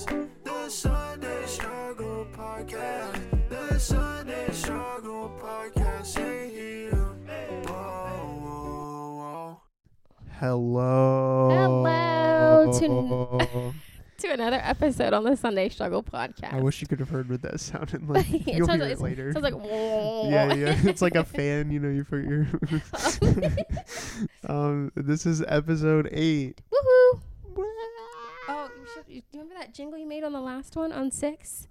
The Sunday Struggle Podcast. The Sunday Struggle Podcast. Hey, here. Whoa, whoa, Hello. Hello to another episode on the Sunday Struggle podcast. Oh, I wish you could have heard what that sounded like. It You'll sounds hear like- it later. Sounds like yeah, yeah. Oh. It's like a fan, you know, you put your Um this is episode 8. Woohoo! Oh, you should, you, do you remember that jingle you made on the last one on six?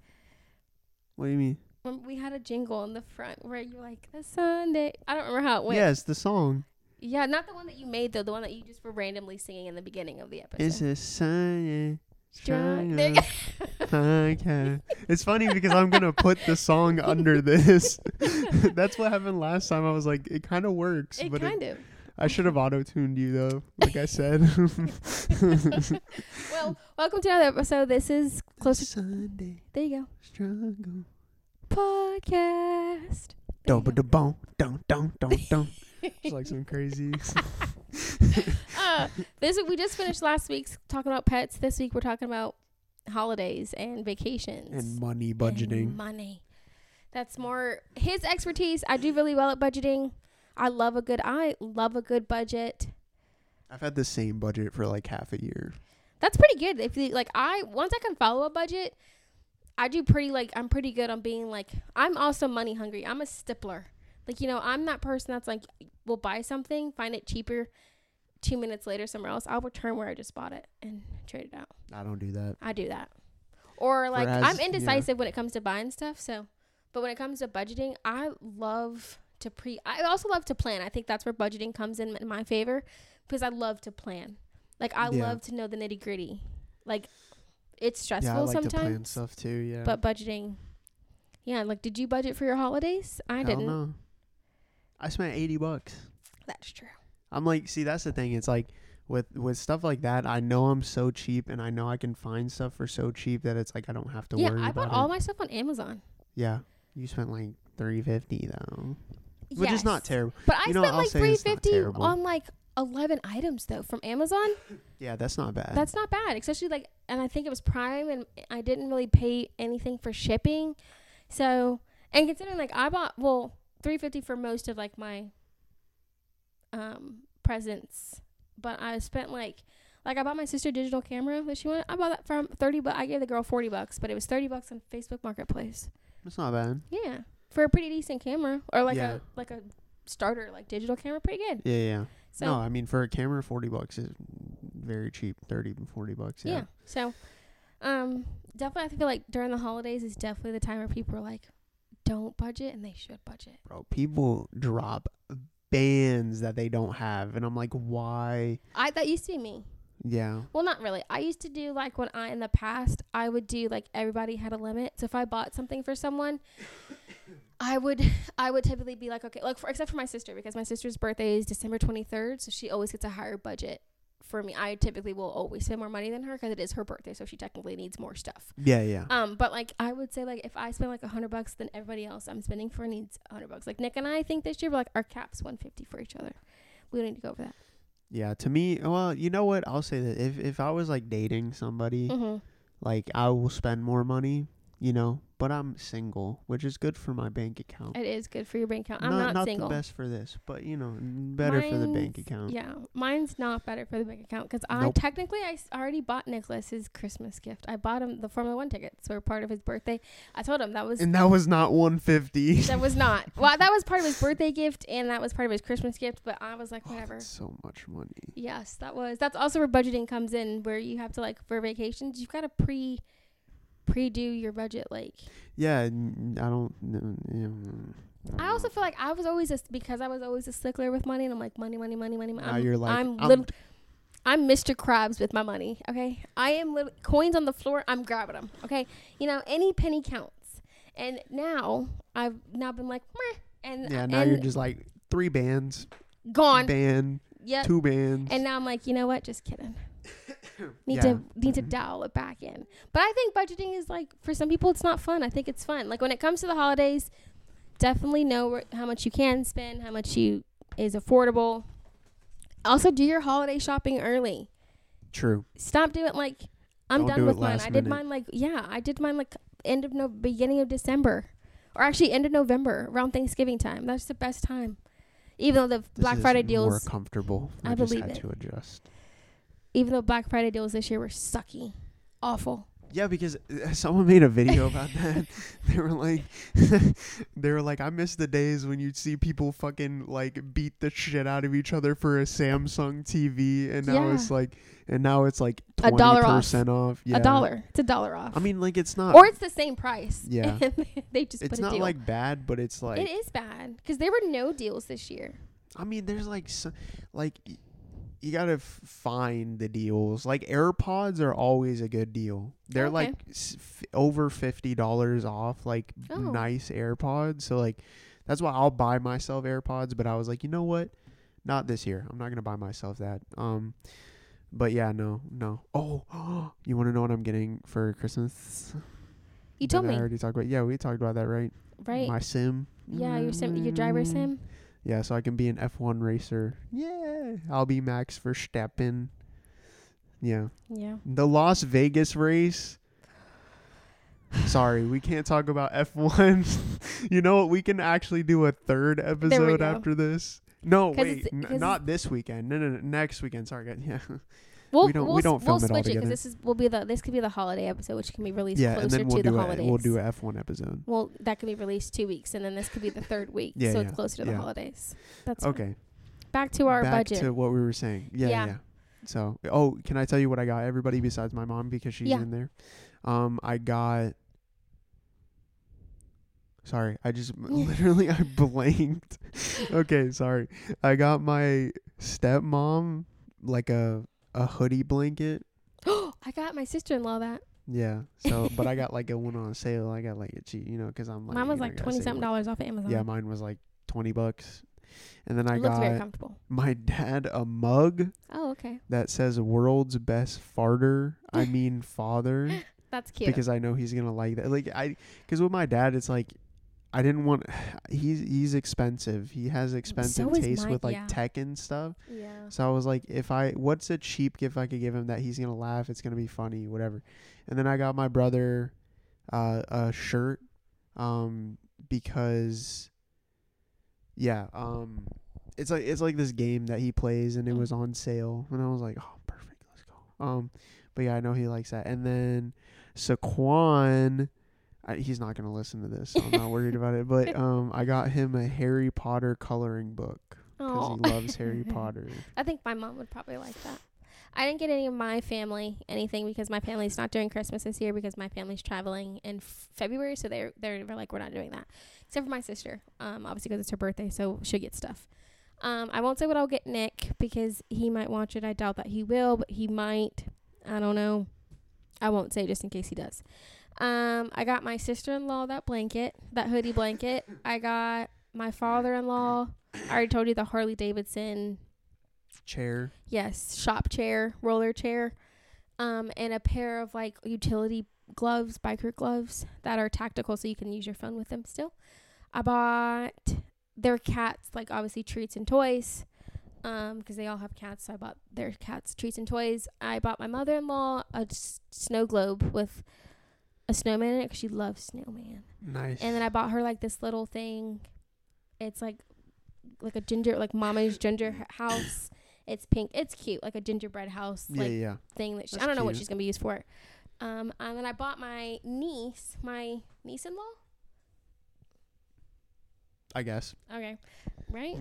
What do you mean? When we had a jingle on the front where you were like the Sunday. I don't remember how it went. Yes, the song. Yeah, not the one that you made though. The one that you just were randomly singing in the beginning of the episode. It's a Sunday Strong- There you go. podcast. It's funny because I'm gonna put the song under this. That's what happened last time. I was like, it kind of works, It but it, kind of. I should have auto tuned you though, like I said. Well, welcome to another episode. This is closer. Sunday There you struggle. go. Podcast. There you Don't go. but the bone, don't don't don't don't. It's like some crazy. uh, this we just finished last week's talking about pets. This week we're talking about holidays and vacations and money and budgeting. money. That's more his expertise. I do really well at budgeting. I love a good I love a good budget. I've had the same budget for like half a year. That's pretty good. If you like I once I can follow a budget, I do pretty like I'm pretty good on being like I'm also money hungry. I'm a stippler. Like you know, I'm that person that's like will buy something, find it cheaper 2 minutes later somewhere else. I'll return where I just bought it and trade it out. I don't do that. I do that. Or like Whereas- I'm yeah. indecisive when it comes to buying stuff, so but when it comes to budgeting, I love to pre I also love to plan. I think that's where budgeting comes in in my favor because I love to plan. Like I Yeah. love to know the nitty-gritty. Like it's stressful yeah, I like to plan sometimes, stuff too. Yeah, but budgeting yeah, like did you budget for your holidays? I Hell didn't. no. I spent eighty bucks. That's true. I'm like, see, that's the thing. It's like with with stuff like that, I know I'm so cheap, and I know I can find stuff for so cheap that it's like I don't have to Yeah, worry I about bought all it. my stuff on Amazon. yeah, you spent like three fifty though, which is not Yes. terrible. But I You know, spent I'll like say it's not 350 terrible. on like 11 items though from Amazon. Yeah, that's not bad. That's not bad, especially like, and I think it was Prime, and I didn't really pay anything for shipping. So, and considering like I bought well three fifty for most of like my um presents, but I spent like like I bought my sister a digital camera that she wanted. I bought that from thirty, but I gave the girl forty bucks, but it was thirty bucks on Facebook Marketplace. that's not bad. Yeah, for a pretty decent camera or like Yeah. a like a starter like digital camera, pretty good. Yeah, yeah. So no, I mean for a camera, forty bucks is very cheap. 30, 40 bucks. Yeah. Yeah. So, um, definitely, I feel like during the holidays is definitely the time where people are like, don't budget, and they should budget. bro. People drop bands that they don't have, and I'm like, why? I that used to be me. Yeah, Well, not really. I used to do like when I in the past I would do like everybody had a limit. So if I bought something for someone, I would I would typically be like, okay, like for, except for my sister because my sister's birthday is December twenty third, so she always gets a higher budget. For me, I typically will always spend more money than her because it is her birthday, so she technically needs more stuff. yeah, yeah. Um, but like I would say, like if I spend like a hundred bucks, then everybody else I'm spending for needs a hundred bucks. Like Nick and I think this year we're like our caps one fifty for each other. We don't need to go over that. Yeah, to me, well, you know what? I'll say that if if I was like dating somebody, Mm-hmm. like I will spend more money, you know. But I'm single, which is good for my bank account. It is good for your bank account. I'm not, not, single. the best for this, but you know, better for the bank Mine's- account. Yeah, mine's not better for the bank account because I Nope. technically I s- already bought Nicholas his Christmas gift. I bought him the Formula One tickets were part of his birthday. I told him that was And that was not 150. that was not well that was part of his birthday gift and that was part of his Christmas gift. But I was like Oh, whatever. that's so much money. Yes, that was. That's also where budgeting comes in, where you have to like for vacations, you've got to pre pre do your budget. Like Yeah, n- I don't. n- mm, don't I also know. feel like I was always a, because I was always a stickler with money, and I'm like money, money, money, money. Now I'm, you're like I'm, I'm lit- I'm Mr. Krabs with my money. Okay, I am lit- coins on the floor. I'm grabbing them. Okay, you know any penny counts. And now I've now been like, Meh, and Yeah, now and you're just like three bands, gone. band, Yep. two bands. And now I'm like, you know what? Just kidding. Need Yeah. to need to Mhm. dial it back in. But I think budgeting is like for some people it's not fun. I think it's fun. Like when it comes to the holidays, definitely know where, how much you can spend, how much you is affordable. Also do your holiday shopping early. True. Stop doing like I'm Don't done do with it mine. last I did minute. mine like yeah, I did mine like end of no beginning of December, or actually end of November around Thanksgiving time. That's the best time. Even though the Black This is Friday more deals, comfortable. I just believe had it. to adjust. even though Black Friday deals this year were sucky, awful. Yeah, because uh, someone made a video about that. they were like, they were like, I miss the days when you'd see people fucking like beat the shit out of each other for a Samsung TV, and now it's Yeah. like, and now it's like A twenty dollar off. percent off. Yeah. A dollar. It's a dollar off. I mean, like it's not. or it's the same price. Yeah. And they just it's put a not deal. like bad, but it's like. it is bad because there were no deals this year. I mean, there's like, so, like, y- you gotta f- find the deals. Like AirPods are always a good deal. They're Oh, Okay. like s- f- over fifty dollars off, like b- Oh. nice AirPods. So like, that's why I'll buy myself AirPods. But I was like, you know what? Not this year. I'm not gonna buy myself that. Um, but yeah, no, no. Oh, you want to know what I'm getting for Christmas? You Did told I me, already talked about. Yeah, we talked about that, right? right? My sim. yeah, your sim, your driver Mm. sim. Yeah, so I can be an F1 racer. Yeah, I'll be Max Verstappen. Yeah, Yeah. the Las Vegas race. Sorry, we can't talk about F1. you know what? We can actually do a third episode go. after this. No, 'Cause wait, it's- n- 'cause it's- not this weekend. No, no, no, next weekend. Sorry, guys. Yeah, We'll, We don't- we'll, we don't s- we'll film it all switch it together. because this is will be the this could be the holiday episode, which can be released yeah, closer and then we'll to the do a, holidays. we'll do an F1 episode. Well, that could be released two weeks, and then this could be the third week, Yeah, so yeah, it's closer to the yeah. holidays. That's fine. Okay, Back to our back budget. to what we were saying. Yeah, yeah. Yeah. yeah. So, oh, can I tell you what I got? Everybody besides my mom because she's Yeah. in there. Um, I got. Sorry, I just literally I blanked. okay, sorry. I got my stepmom like a a hoodie blanket. I got my sister in law that. Yeah. So, but I got like a one on sale. I got like a cheap, you know, because I'm like. Mine was you know, like I gotta twenty save something money. dollars off of Amazon. Yeah, mine was like twenty bucks, and then I it looks very got comfortable. my dad a mug. Oh, okay, that says world's best farter i mean father that's cute. because i know he's gonna like that like i because with my dad it's like i didn't want he's he's expensive he has expensive is taste mine, with like yeah. tech and stuff yeah, so i was like if i what's a cheap gift i could give him that he's gonna laugh it's gonna be funny whatever and then i got my brother uh a shirt um because yeah um it's like it's like this game that he plays and it Mm. was on sale and I was like oh perfect let's go um but yeah I know he likes that and then Saquon I, he's not gonna listen to this so I'm not worried about it but um I got him a Harry Potter coloring book because oh, he loves Harry Potter I think my mom would probably like that. I didn't get any of my family anything because my family's not doing Christmas this year because my family's traveling in f- February, so they they were like we're not doing that. Except for my sister, um, obviously because it's her birthday, so she'll get stuff. Um, I won't say what I'll get Nick because he might watch it. I doubt that he will, but he might. I don't know. I won't say just in case he does. Um, I got my sister-in-law that blanket, that hoodie blanket. I got my father-in-law. I already told you the Harley Davidson chair Yes, shop chair, roller chair, um, and a pair of like utility gloves, biker gloves that are tactical, so you can use your phone with them still. I bought their cats, like obviously treats and toys, um, because they all have cats. So I bought their cats treats and toys. I bought my mother in law a s- snow globe with a snowman in it because she loves snowman. nice And then I bought her like this little thing. It's like like a ginger like mama's ginger h- house. It's pink. It's cute, like a gingerbread house yeah like yeah thing that she, I That's don't know what cute. she's gonna be used for. Um, and then I bought my niece, my niece-in-law. I guess Okay, right?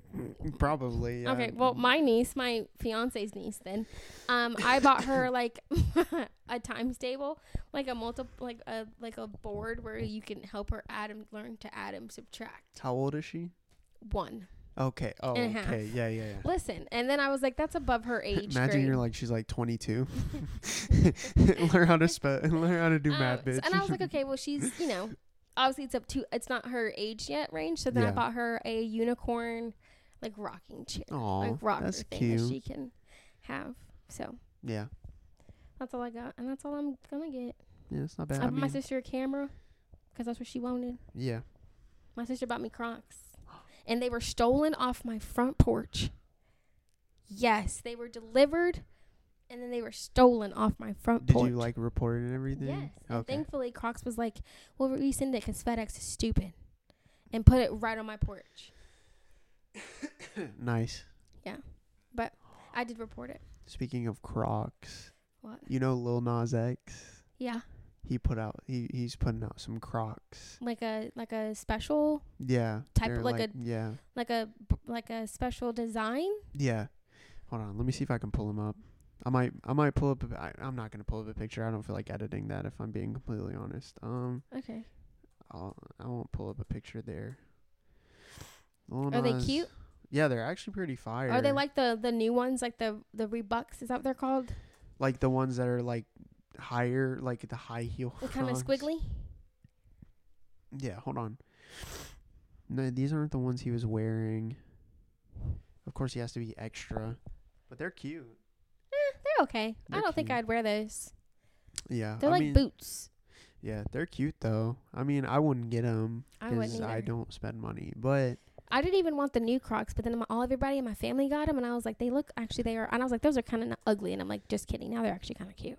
probably yeah. Okay. Well, my niece, my fiance's niece, then, um, I bought her like a times table, like a multi, like a like a board where you can help her add and learn to add and subtract how old is she one. okay oh And a half. okay yeah yeah yeah Listen, and then I was like, that's above her age. Imagine grade. you're like she's like 22. learn how to spell. Learn how to do Um, math, so- bitch. And I was like, okay, well, she's you know, obviously it's up to it's not her age yet range. So then Yeah. I bought her a unicorn, like rocking chair, Aw, like rocker that's thing cute. that she can have. So yeah, that's all I got, and that's all I'm gonna get. yeah, it's not bad. I I bought my mean, sister a camera because that's what she wanted. yeah, My sister bought me Crocs, and they were stolen off my front porch. Yes, they were delivered, and then they were stolen off my front Did porch. you like report it and everything? Yes. and Okay. Thankfully, Crocs was like, "We'll resend it because FedEx is stupid," and put it right on my porch. nice. I did report it. Speaking of Crocs, What? you know Lil Nas X. Yeah, He put out. He he's putting out some Crocs. like a like a special, Yeah. Type they're of like a- yeah like a like a special design. yeah. Hold on. Let me see if I can pull him up. I might I might pull up. A, I, I'm not gonna pull up a picture. I don't feel like editing that. If I'm being completely honest. Um. Okay. I'll, I won't pull up a picture there. Lil Are they Nas- cute? Yeah, they're actually pretty fire. Are they like the the new ones, like the the Reeboks? Is that what they're called? like the ones that are like higher, like the high heel? They're kind of Crocs? squiggly. Eh, Yeah, hold on. No, these aren't the ones he was wearing. Of course, he has to be extra, but they're cute. Eh, they're okay. They're I don't think cute. I'd wear those. Yeah, They're I like mean, boots. yeah, they're cute though. I mean, I wouldn't get them I wouldn't I either. don't spend money, but I didn't even want the new Crocs, but then my, all everybody in my family got them, and I was like, they look actually they are, and I was like, those are kind of ugly, and I'm like, just kidding. Now they're actually kind of cute.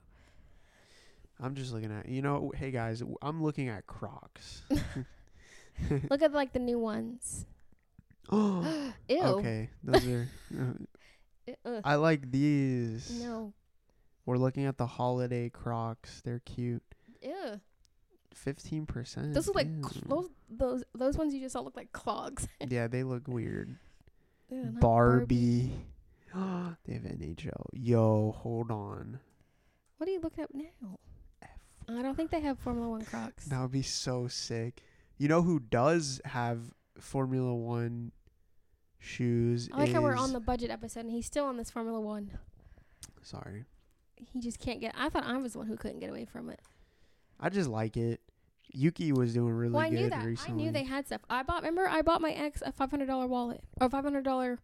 I'm just looking at you know. Hey guys, w- I'm looking at Crocs. Look at like the new ones. Oh, Ew. okay, those are. uh, Ugh. I like these. No. We're looking at the holiday Crocs. They're cute. Ew. Fifteen percent. Those look like cl- those those those ones you just saw look like clogs. Yeah, they look weird. Ew, not Barbie. they have NHL. Yo, hold on. What are you looking up now? I don't think they have Formula One Crocs. That would be so sick. You know who does have Formula One shoes? I like how we're on is- the budget episode, and he's still on this Formula One. Sorry, He just can't get. I thought I was the one who couldn't get away from it. I just like it. Yuki was doing really well, I good knew that. recently. I knew they had stuff. I bought. Remember, I bought my ex a five hundred dollar wallet or five hundred dollar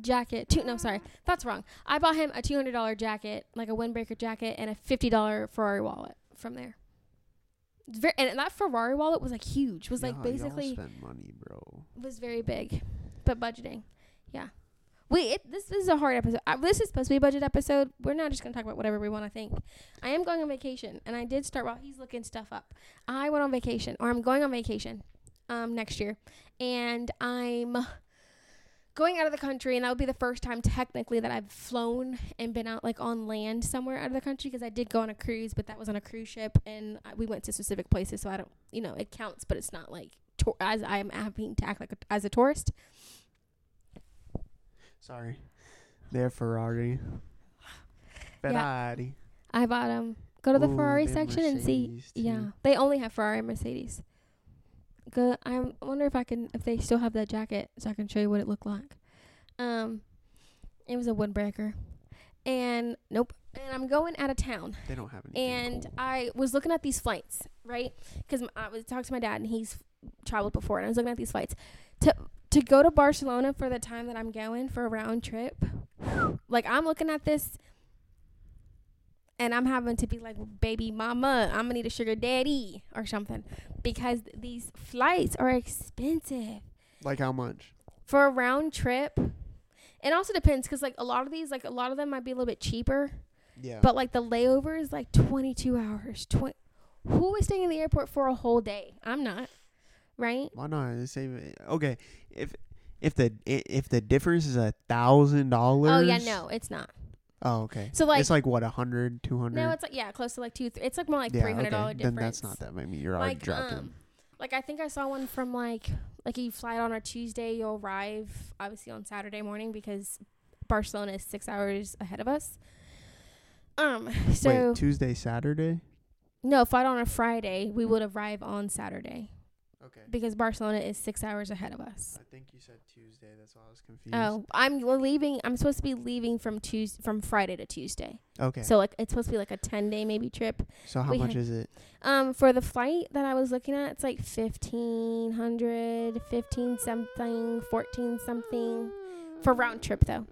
jacket. Two, no, sorry, that's wrong. I bought him a two hundred dollar jacket, like a windbreaker jacket, and a fifty dollar Ferrari wallet from there. It's Very, and that Ferrari wallet was like huge. Was like Nah, y'all basically spend money, bro. was very big, but budgeting, yeah. We it, this, this is a hard episode. I, this is supposed to be a budget episode. We're not just gonna talk about whatever we want. I think I am going on vacation, and I did start while he's looking stuff up. I went on vacation, or I'm going on vacation, um, next year, and I'm going out of the country, and that would be the first time technically that I've flown and been out like on land somewhere out of the country because I did go on a cruise, but that was on a cruise ship, and I, we went to specific places, so I don't, you know, it counts, but it's not like tour- as I'm having to act like a, as a tourist. Sorry. They have Ferrari. Ferrari. I bought um go to the Ooh, Ferrari they have section and see. Mercedes, Yeah, too. they only have Ferrari and Mercedes. Go. I wonder if I can if they still have that jacket so I can show you what it looked like. Um, it was a windbreaker, and nope. And I'm going out of town. They don't have anything. and cool. I was looking at these flights, right? Because I was talking to my dad, and he's traveled before, and I was looking at these flights to to go to Barcelona for the time that I'm going for a round trip. like I'm looking at this, and I'm having to be like, "Baby mama, I'm gonna need a sugar daddy or something," because these flights are expensive like how much? for a round trip. It also depends, because like a lot of these, like a lot of them might be a little bit cheaper. Yeah. But like the layover is like 22 hours. Twen- Who is staying in the airport for a whole day? I'm not, right? why not? They save it. Okay. If if the i- if the difference is a thousand dollars. Oh yeah, no, it's not. Oh okay. So, like- it's like what a hundred, two hundred. No, it's like yeah, close to like two. Th- it's like more like yeah, three hundred dollar okay. difference. Then that's not that many. You're already Like dropped um, like I think I saw one from like like you fly out on a Tuesday, you'll arrive obviously on Saturday morning because Barcelona is six hours ahead of us. Um, in. so Wait, Tuesday, Saturday. no, if I'd on a Friday, we would arrive on Saturday Okay. because Barcelona is six hours ahead of us. I think you said Tuesday. That's why I was confused. Oh, I'm we're leaving. I'm supposed to be leaving from Tues from Friday to Tuesday. Okay. So, So like it's supposed to be like a 10 day maybe trip. how we much had- is it? Um, for the flight that I was looking at, it's like 1500, 15 something, 14 something for round trip though.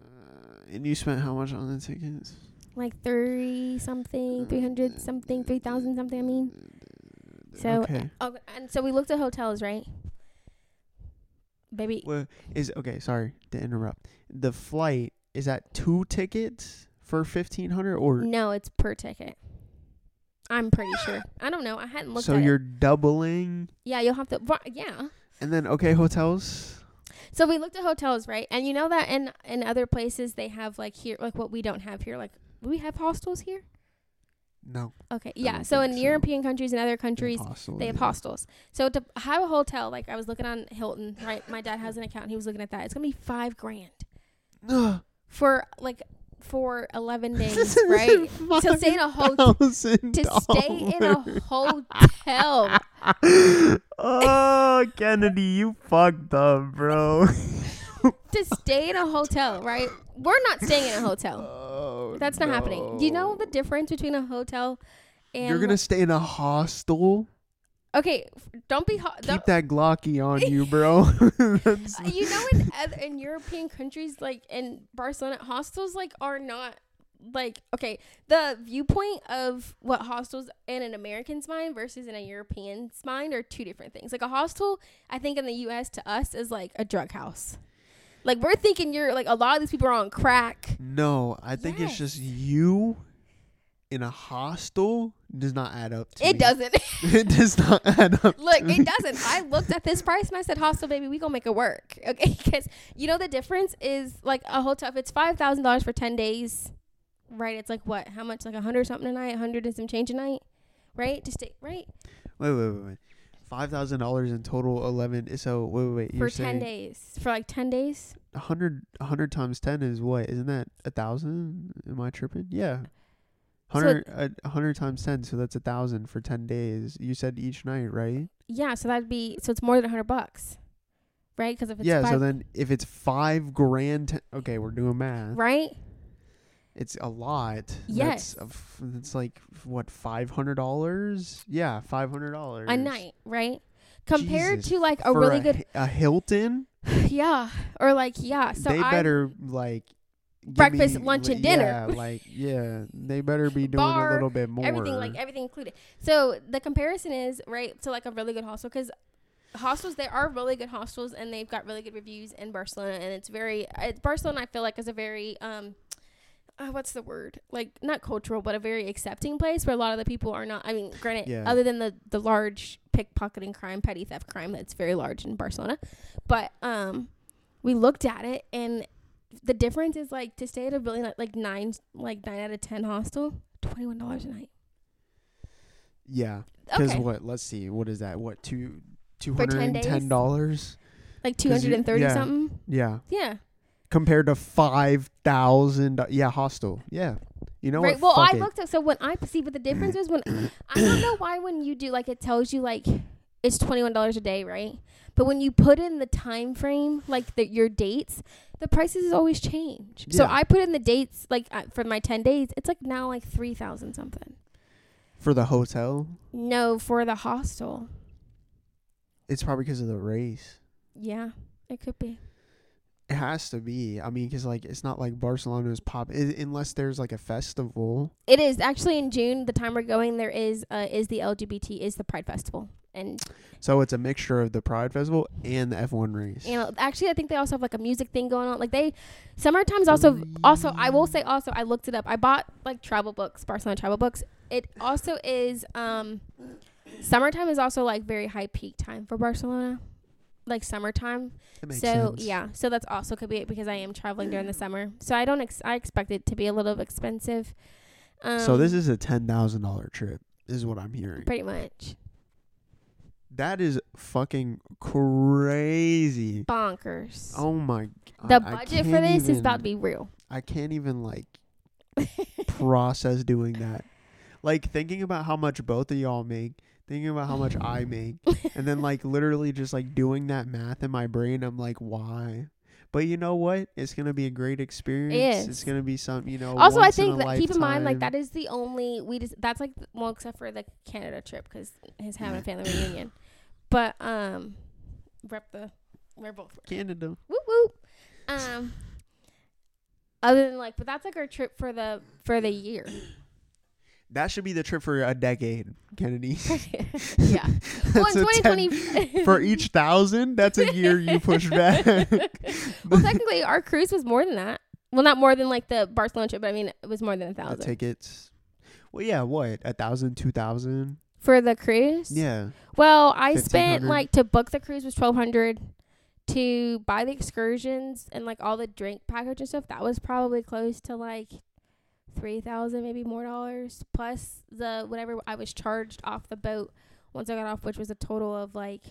Uh, And you spent how much on the tickets? Like three Mm. something, 300 Uh, something, 3000 something. I mean. So okay. oh, and so we looked at hotels, right? Baby, Well, is okay. Sorry to interrupt. The flight is that two tickets for fifteen hundred or No, it's per ticket. I'm pretty sure. I don't know. I hadn't looked so at it. you're doubling Yeah, you'll have to. ri- Yeah. and then okay hotels So we looked at hotels, right? And you know that in in other places they have like here, like what we don't have here. Like do we have hostels here. no Okay. Yeah. don't So in think so. European countries and other countries, hostel, they have yeah. hostels. So to have a hotel, like I was looking on Hilton, right? My dad has an account. And he was looking at that. It's gonna be five grand for like for eleven days, right? To stay in a hotel. Thousand To stay in a hotel. dollars. oh Kennedy, you fucked up, bro. to stay in a hotel, right? We're not staying in a hotel. Oh, That's not happening. Do you know no. the difference between a hotel and You're gonna stay in a hostel. Okay, f- don't be ho- don't, uh, Keep that Glocky on you, bro. That's- You know in other, in European countries like in Barcelona hostels like are not like okay, the viewpoint of what hostels in an American's mind versus in a European's mind are two different things. Like a hostel, I think in the US to us is like a drug house. Like we're thinking you're like a lot of these people are on crack. no, I think it's just you in a hostel does not add up. To It me. doesn't. it does not add up. Look, to me. it doesn't. I looked at this price and I said, "Hostel, baby, we gonna make it work." Okay, because you know the difference is like a hotel. If it's five thousand dollars for ten days, right? It's like what? How much? Like a hundred something a night, a hundred and some change a night, right? To stay right Wait, wait, wait, wait. Five thousand dollars in total. Eleven. So wait, wait, wait. You're for ten saying days, for like ten days. a hundred, a hundred times ten is what? Isn't that a thousand? Am I tripping? Yeah. So Hundred, a a hundred times ten. So that's a thousand for ten days. You said each night, right? Yeah, so that'd be so it's more than a hundred bucks, right? Because if it's yeah. five, So then, if it's five grand, t- okay, we're doing math. right? It's a lot. Yes. That's a f- it's like what five hundred dollars? Yeah, five hundred dollars A night, right? Compared Jesus, to like a for really a, good, Hi- a Hilton. yeah, or like yeah. So they I better like give Breakfast, lunch, and dinner. Yeah, like yeah, they better be doing Bar, a little bit more. Everything like everything included. So the comparison is right to like a really good hostel because hostels there are really good hostels and they've got really good reviews in Barcelona and it's very it's Barcelona I feel like is a very um uh, what's the word like not cultural but a very accepting place where a lot of the people are not I mean granted Yeah. other than the the large pickpocketing crime petty theft crime that's very large in Barcelona but um we looked at it and the difference is like to stay at a really ni- like nine like nine out of ten hostel twenty one dollars a night yeah, because okay what? Let's see, what is that? What two two For hundred 10 and days? ten dollars? like 'Cause you- 230 yeah. something Yeah, yeah compared to five thousand. Yeah, hostel. Yeah, you know right well what? Fuck i it. looked at so when i see but the difference is when i don't know why when you do like it tells you like it's $21 a day right but when you put in the time frame like the, your dates the prices always change so Yeah. i put in the dates like uh, for my 10 days it's like now like 3000 something for the hotel. no for the hostel It's probably because of the race. yeah it could be It has to be. I mean, because like it's not like Barcelona's pop i unless there's like a festival. it is actually in june the time we're going there is uh, is the lgbt is the pride festival and So it's a mixture of the Pride Festival and the F1 race. you know actually i think they also have like a music thing going on like they summertime's also also i will say also i looked it up i bought like travel books barcelona travel books it also is um summertime is also like very high peak time for barcelona like summertime so That makes sense. yeah so that's also could be it because i am traveling during the summer so i don't ex- i expect it to be a little expensive um, so this is a ten thousand dollar trip. Is what I'm hearing. pretty much That is fucking crazy. bonkers Oh my god. the I budget for can't this is even- about to be real I can't even like process doing that. Like thinking about how much both of y'all make, thinking about how much I make, and then like literally just like doing that math in my brain, I'm like, why? But you know what? It's gonna be a great experience. It's is. gonna be something you know. also i once in think a that keep in mind like lifetime. that is the only we just that's like the- well except for the canada trip because he's having a family reunion but um rep the we're both Canada. woo woo um other than like but that's like our trip for the for the year That should be the trip for a decade, Kennedy. yeah well That's in a 10 2020 for each thousand, that's a year you push back. well technically our cruise was more than that Well, not more than like the Barcelona trip, but I mean it was more than a The thousand tickets. Well, yeah, what a thousand, two thousand. for the cruise. Yeah, Well, I spent 1500. like to book the cruise was twelve hundred. To buy the excursions and like all the drink package and stuff, that was probably close to like three thousand, maybe more dollars. Plus the whatever I was charged off the boat once I got off, which was a total of like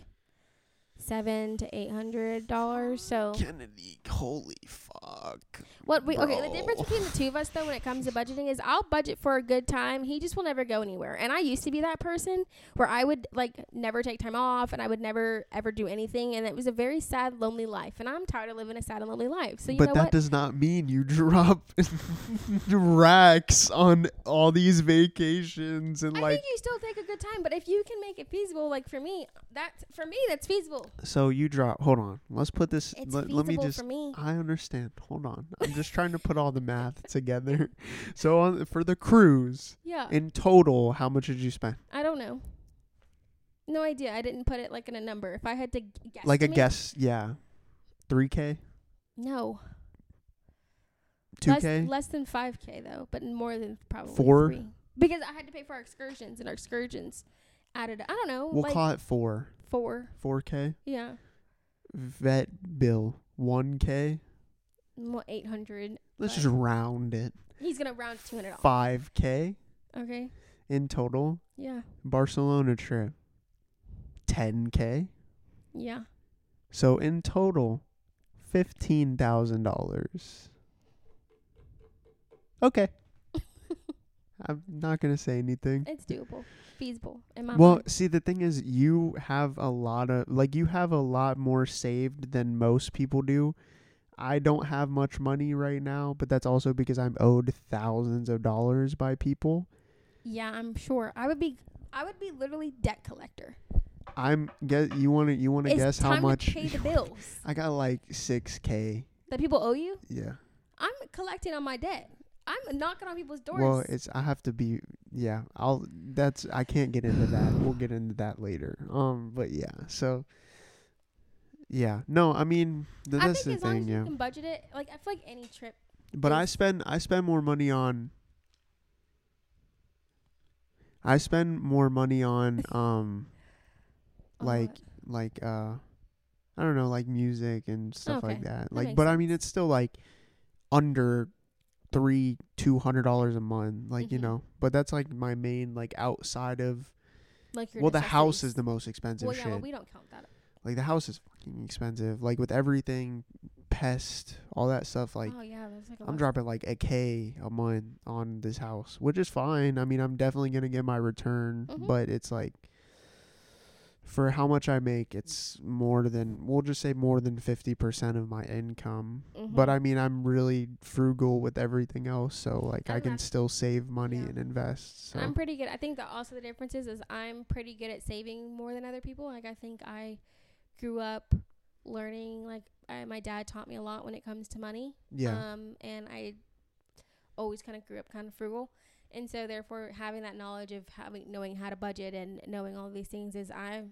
seven to eight hundred dollars. So Kennedy. Holy fuck. what we okay? The Bro. difference between the two of us though, when it comes to budgeting, is I'll budget for a good time. He just will never go anywhere, and I used to be that person where I would like never take time off, and I would never ever do anything, and it was a very sad, lonely life. And I'm tired of living a sad and lonely life. So you but know that what? does not mean you drop racks on all these vacations and I like. think you still take a good time, but if you can make it feasible, like for me, that's for me that's feasible. so you drop. Hold on. Let's put this. It's Let, feasible let me just. for me. I understand. Hold on. I'm just trying to put all the math together. So on, for the cruise Yeah, in total, how much did you spend? I don't know. No idea. I didn't put it like in a number. If I had to g- guess, like a guess. guess, yeah, three k, No, two Less, k. less than 5K, though, but more than probably Four? three. Because I had to pay for our excursions, and our excursions added, I don't know, We'll like call it four, four. four k. Yeah. Vet bill, one k. Well, 800. Let's Right. just round it, He's going to round to 200 off. five k Okay. in total. Yeah. Barcelona trip, ten k. Yeah. So in total, fifteen thousand dollars. Okay. I'm not gonna say anything. It's doable. Feasible. In my Well, mind. see, the thing is, you have a lot of like you have a lot more saved than most people do. I don't have much money right now, but that's also because I'm owed thousands of dollars by people. Yeah, I'm sure. I would be. I would be literally debt collector. I'm guess you want to you want to it's guess time how much to pay the bills I got like 6k. that people owe you. Yeah. I'm collecting on my debt. I'm knocking on people's doors. Well, it's I have to be yeah, I'll that's I can't get into that. We'll get into that later. Um but yeah. So yeah. No, I mean th- I that's think the as long thing, as yeah. you can budget it, like I feel like any trip But I is- spend I spend more money on I spend more money on um on like what- like uh I don't know, like music and stuff like Okay, that. that Like makes but I mean it's still like under three two hundred dollars a month. Like, you Mhm. know. But that's like my main like outside of like your well the house is necessities. the most expensive well, yeah, shit. well, we don't count that. like the house is fucking expensive. Like with everything, pest, all that stuff, like oh yeah, that's like a I'm lot. dropping like a K a month on this house, which is fine. I mean, I'm definitely gonna get my return, Mhm. but it's like for how much I make, it's more than we'll just say more than fifty percent of my income. Mm-hmm. But I mean, I'm really frugal with everything else, so like I Mm-hmm. I'm can act- still save money yeah. and invest. So I'm pretty good. I think that also the difference is, is I'm pretty good at saving more than other people. Like I think I grew up learning. Like I, my dad taught me a lot when it comes to money. yeah, Um, and I always kind of grew up kind of frugal, and so therefore having that knowledge of having knowing how to budget and knowing all these things is I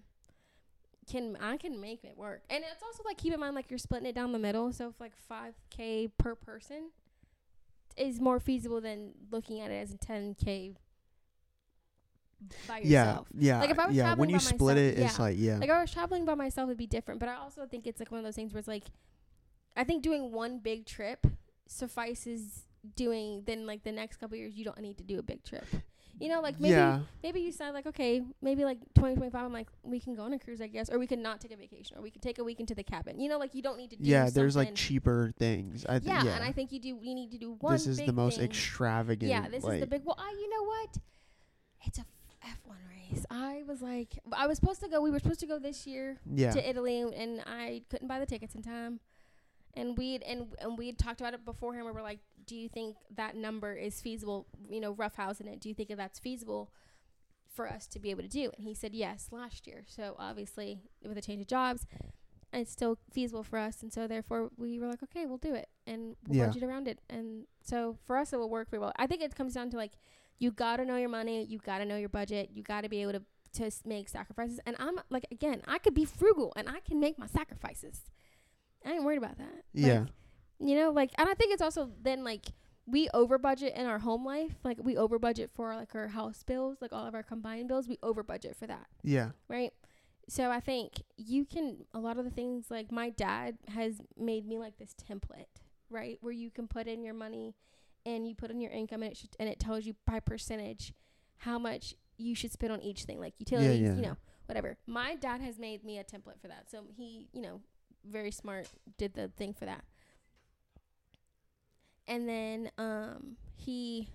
can I can make it work. And it's also like keep in mind like you're splitting it down the middle, so if like five k per person is more feasible than looking at it as ten k by yeah, yourself. yeah, Like, if I was yeah. When traveling you by split myself- it, it's yeah. like yeah, Like if I was traveling by myself, it'd be different. But I also think it's like one of those things where it's like, I think doing one big trip suffices. Doing then like the next couple years, you don't need to do a big trip. You know, like maybe yeah. maybe you decide like okay, maybe like 2025, I'm like we can go on a cruise, I guess, or we can not take a vacation, or we can take a week into the cabin. You know, like you don't need to do yeah there's like something- cheaper things i th- yeah, yeah, and I think you do. You need to do one. this is big the most thing. extravagant Yeah, this is the like- big. Well, I, you know what? It's a F one race. I was like, I was supposed to go. We were supposed to go this year yeah to Italy, and I couldn't buy the tickets in time. And we'd and and we'd talked about it beforehand. Where we're like, do you think that number is feasible? You know, roughhousing it. Do you think that that's feasible for us to be able to do? And he said yes last year. So obviously, with a change of jobs, it's still feasible for us. And so therefore, we were like, okay, we'll do it, and we'll Yeah. budget around it. And so for us, it will work pretty well. I think it comes down to like, you gotta know your money. You gotta know your budget. You gotta be able to to s- make sacrifices. And I'm like, again, I could be frugal and I can make my sacrifices. I ain't worried about that. Like, yeah You know, like, and I think it's also then like we over budget in our home life. Like we over budget for like our house bills, like all of our combined bills. We over budget for that, Yeah. right? So I think you can a lot of the things like my dad has made me like this template, right, where you can put in your money and you put in your income and it should, and it tells you by percentage how much you should spend on each thing, like utilities, yeah, you yeah. know, whatever. My dad has made me a template for that. So he, you know, very smart, did the thing for that. And then um he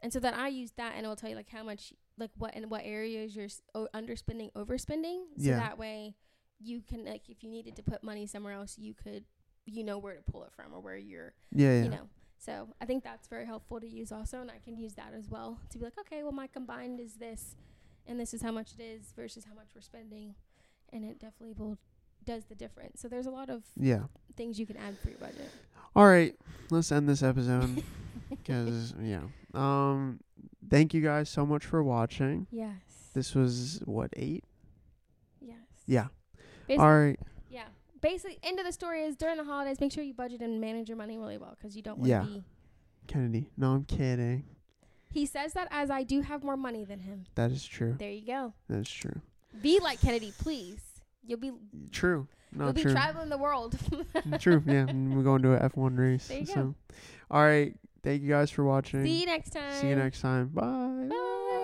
and so then I use that and it'll tell you like how much like what in what areas you're s- o- underspending, overspending. So Yeah. that way you can like if you needed to put money somewhere else, you could you know where to pull it from or where you're Yeah. Yeah. you know. So I think that's very helpful to use also, and I can use that as well to be like, okay, well my combined is this, and this is how much it is versus how much we're spending, and it definitely will does the difference. So there's a lot of yeah. things you can add for your budget. All right. Let's end this episode because yeah. Um. Thank you guys so much for watching. Yes. This was what eight? yes. Yeah. Basically, All right. yeah. Basically, end of the story is during the holidays, make sure you budget and manage your money really well because you don't want to Yeah. be. Kennedy. No, I'm kidding. He says that as I do have more money than him. That is true. There you go. That's true. Be like Kennedy, please. You'll be True. you'll No, be true. traveling the world. true. Yeah. mm, We're going to a F1 race. There you go. so. All right. Thank you guys for watching. See you next time. See you next time. Bye. Bye.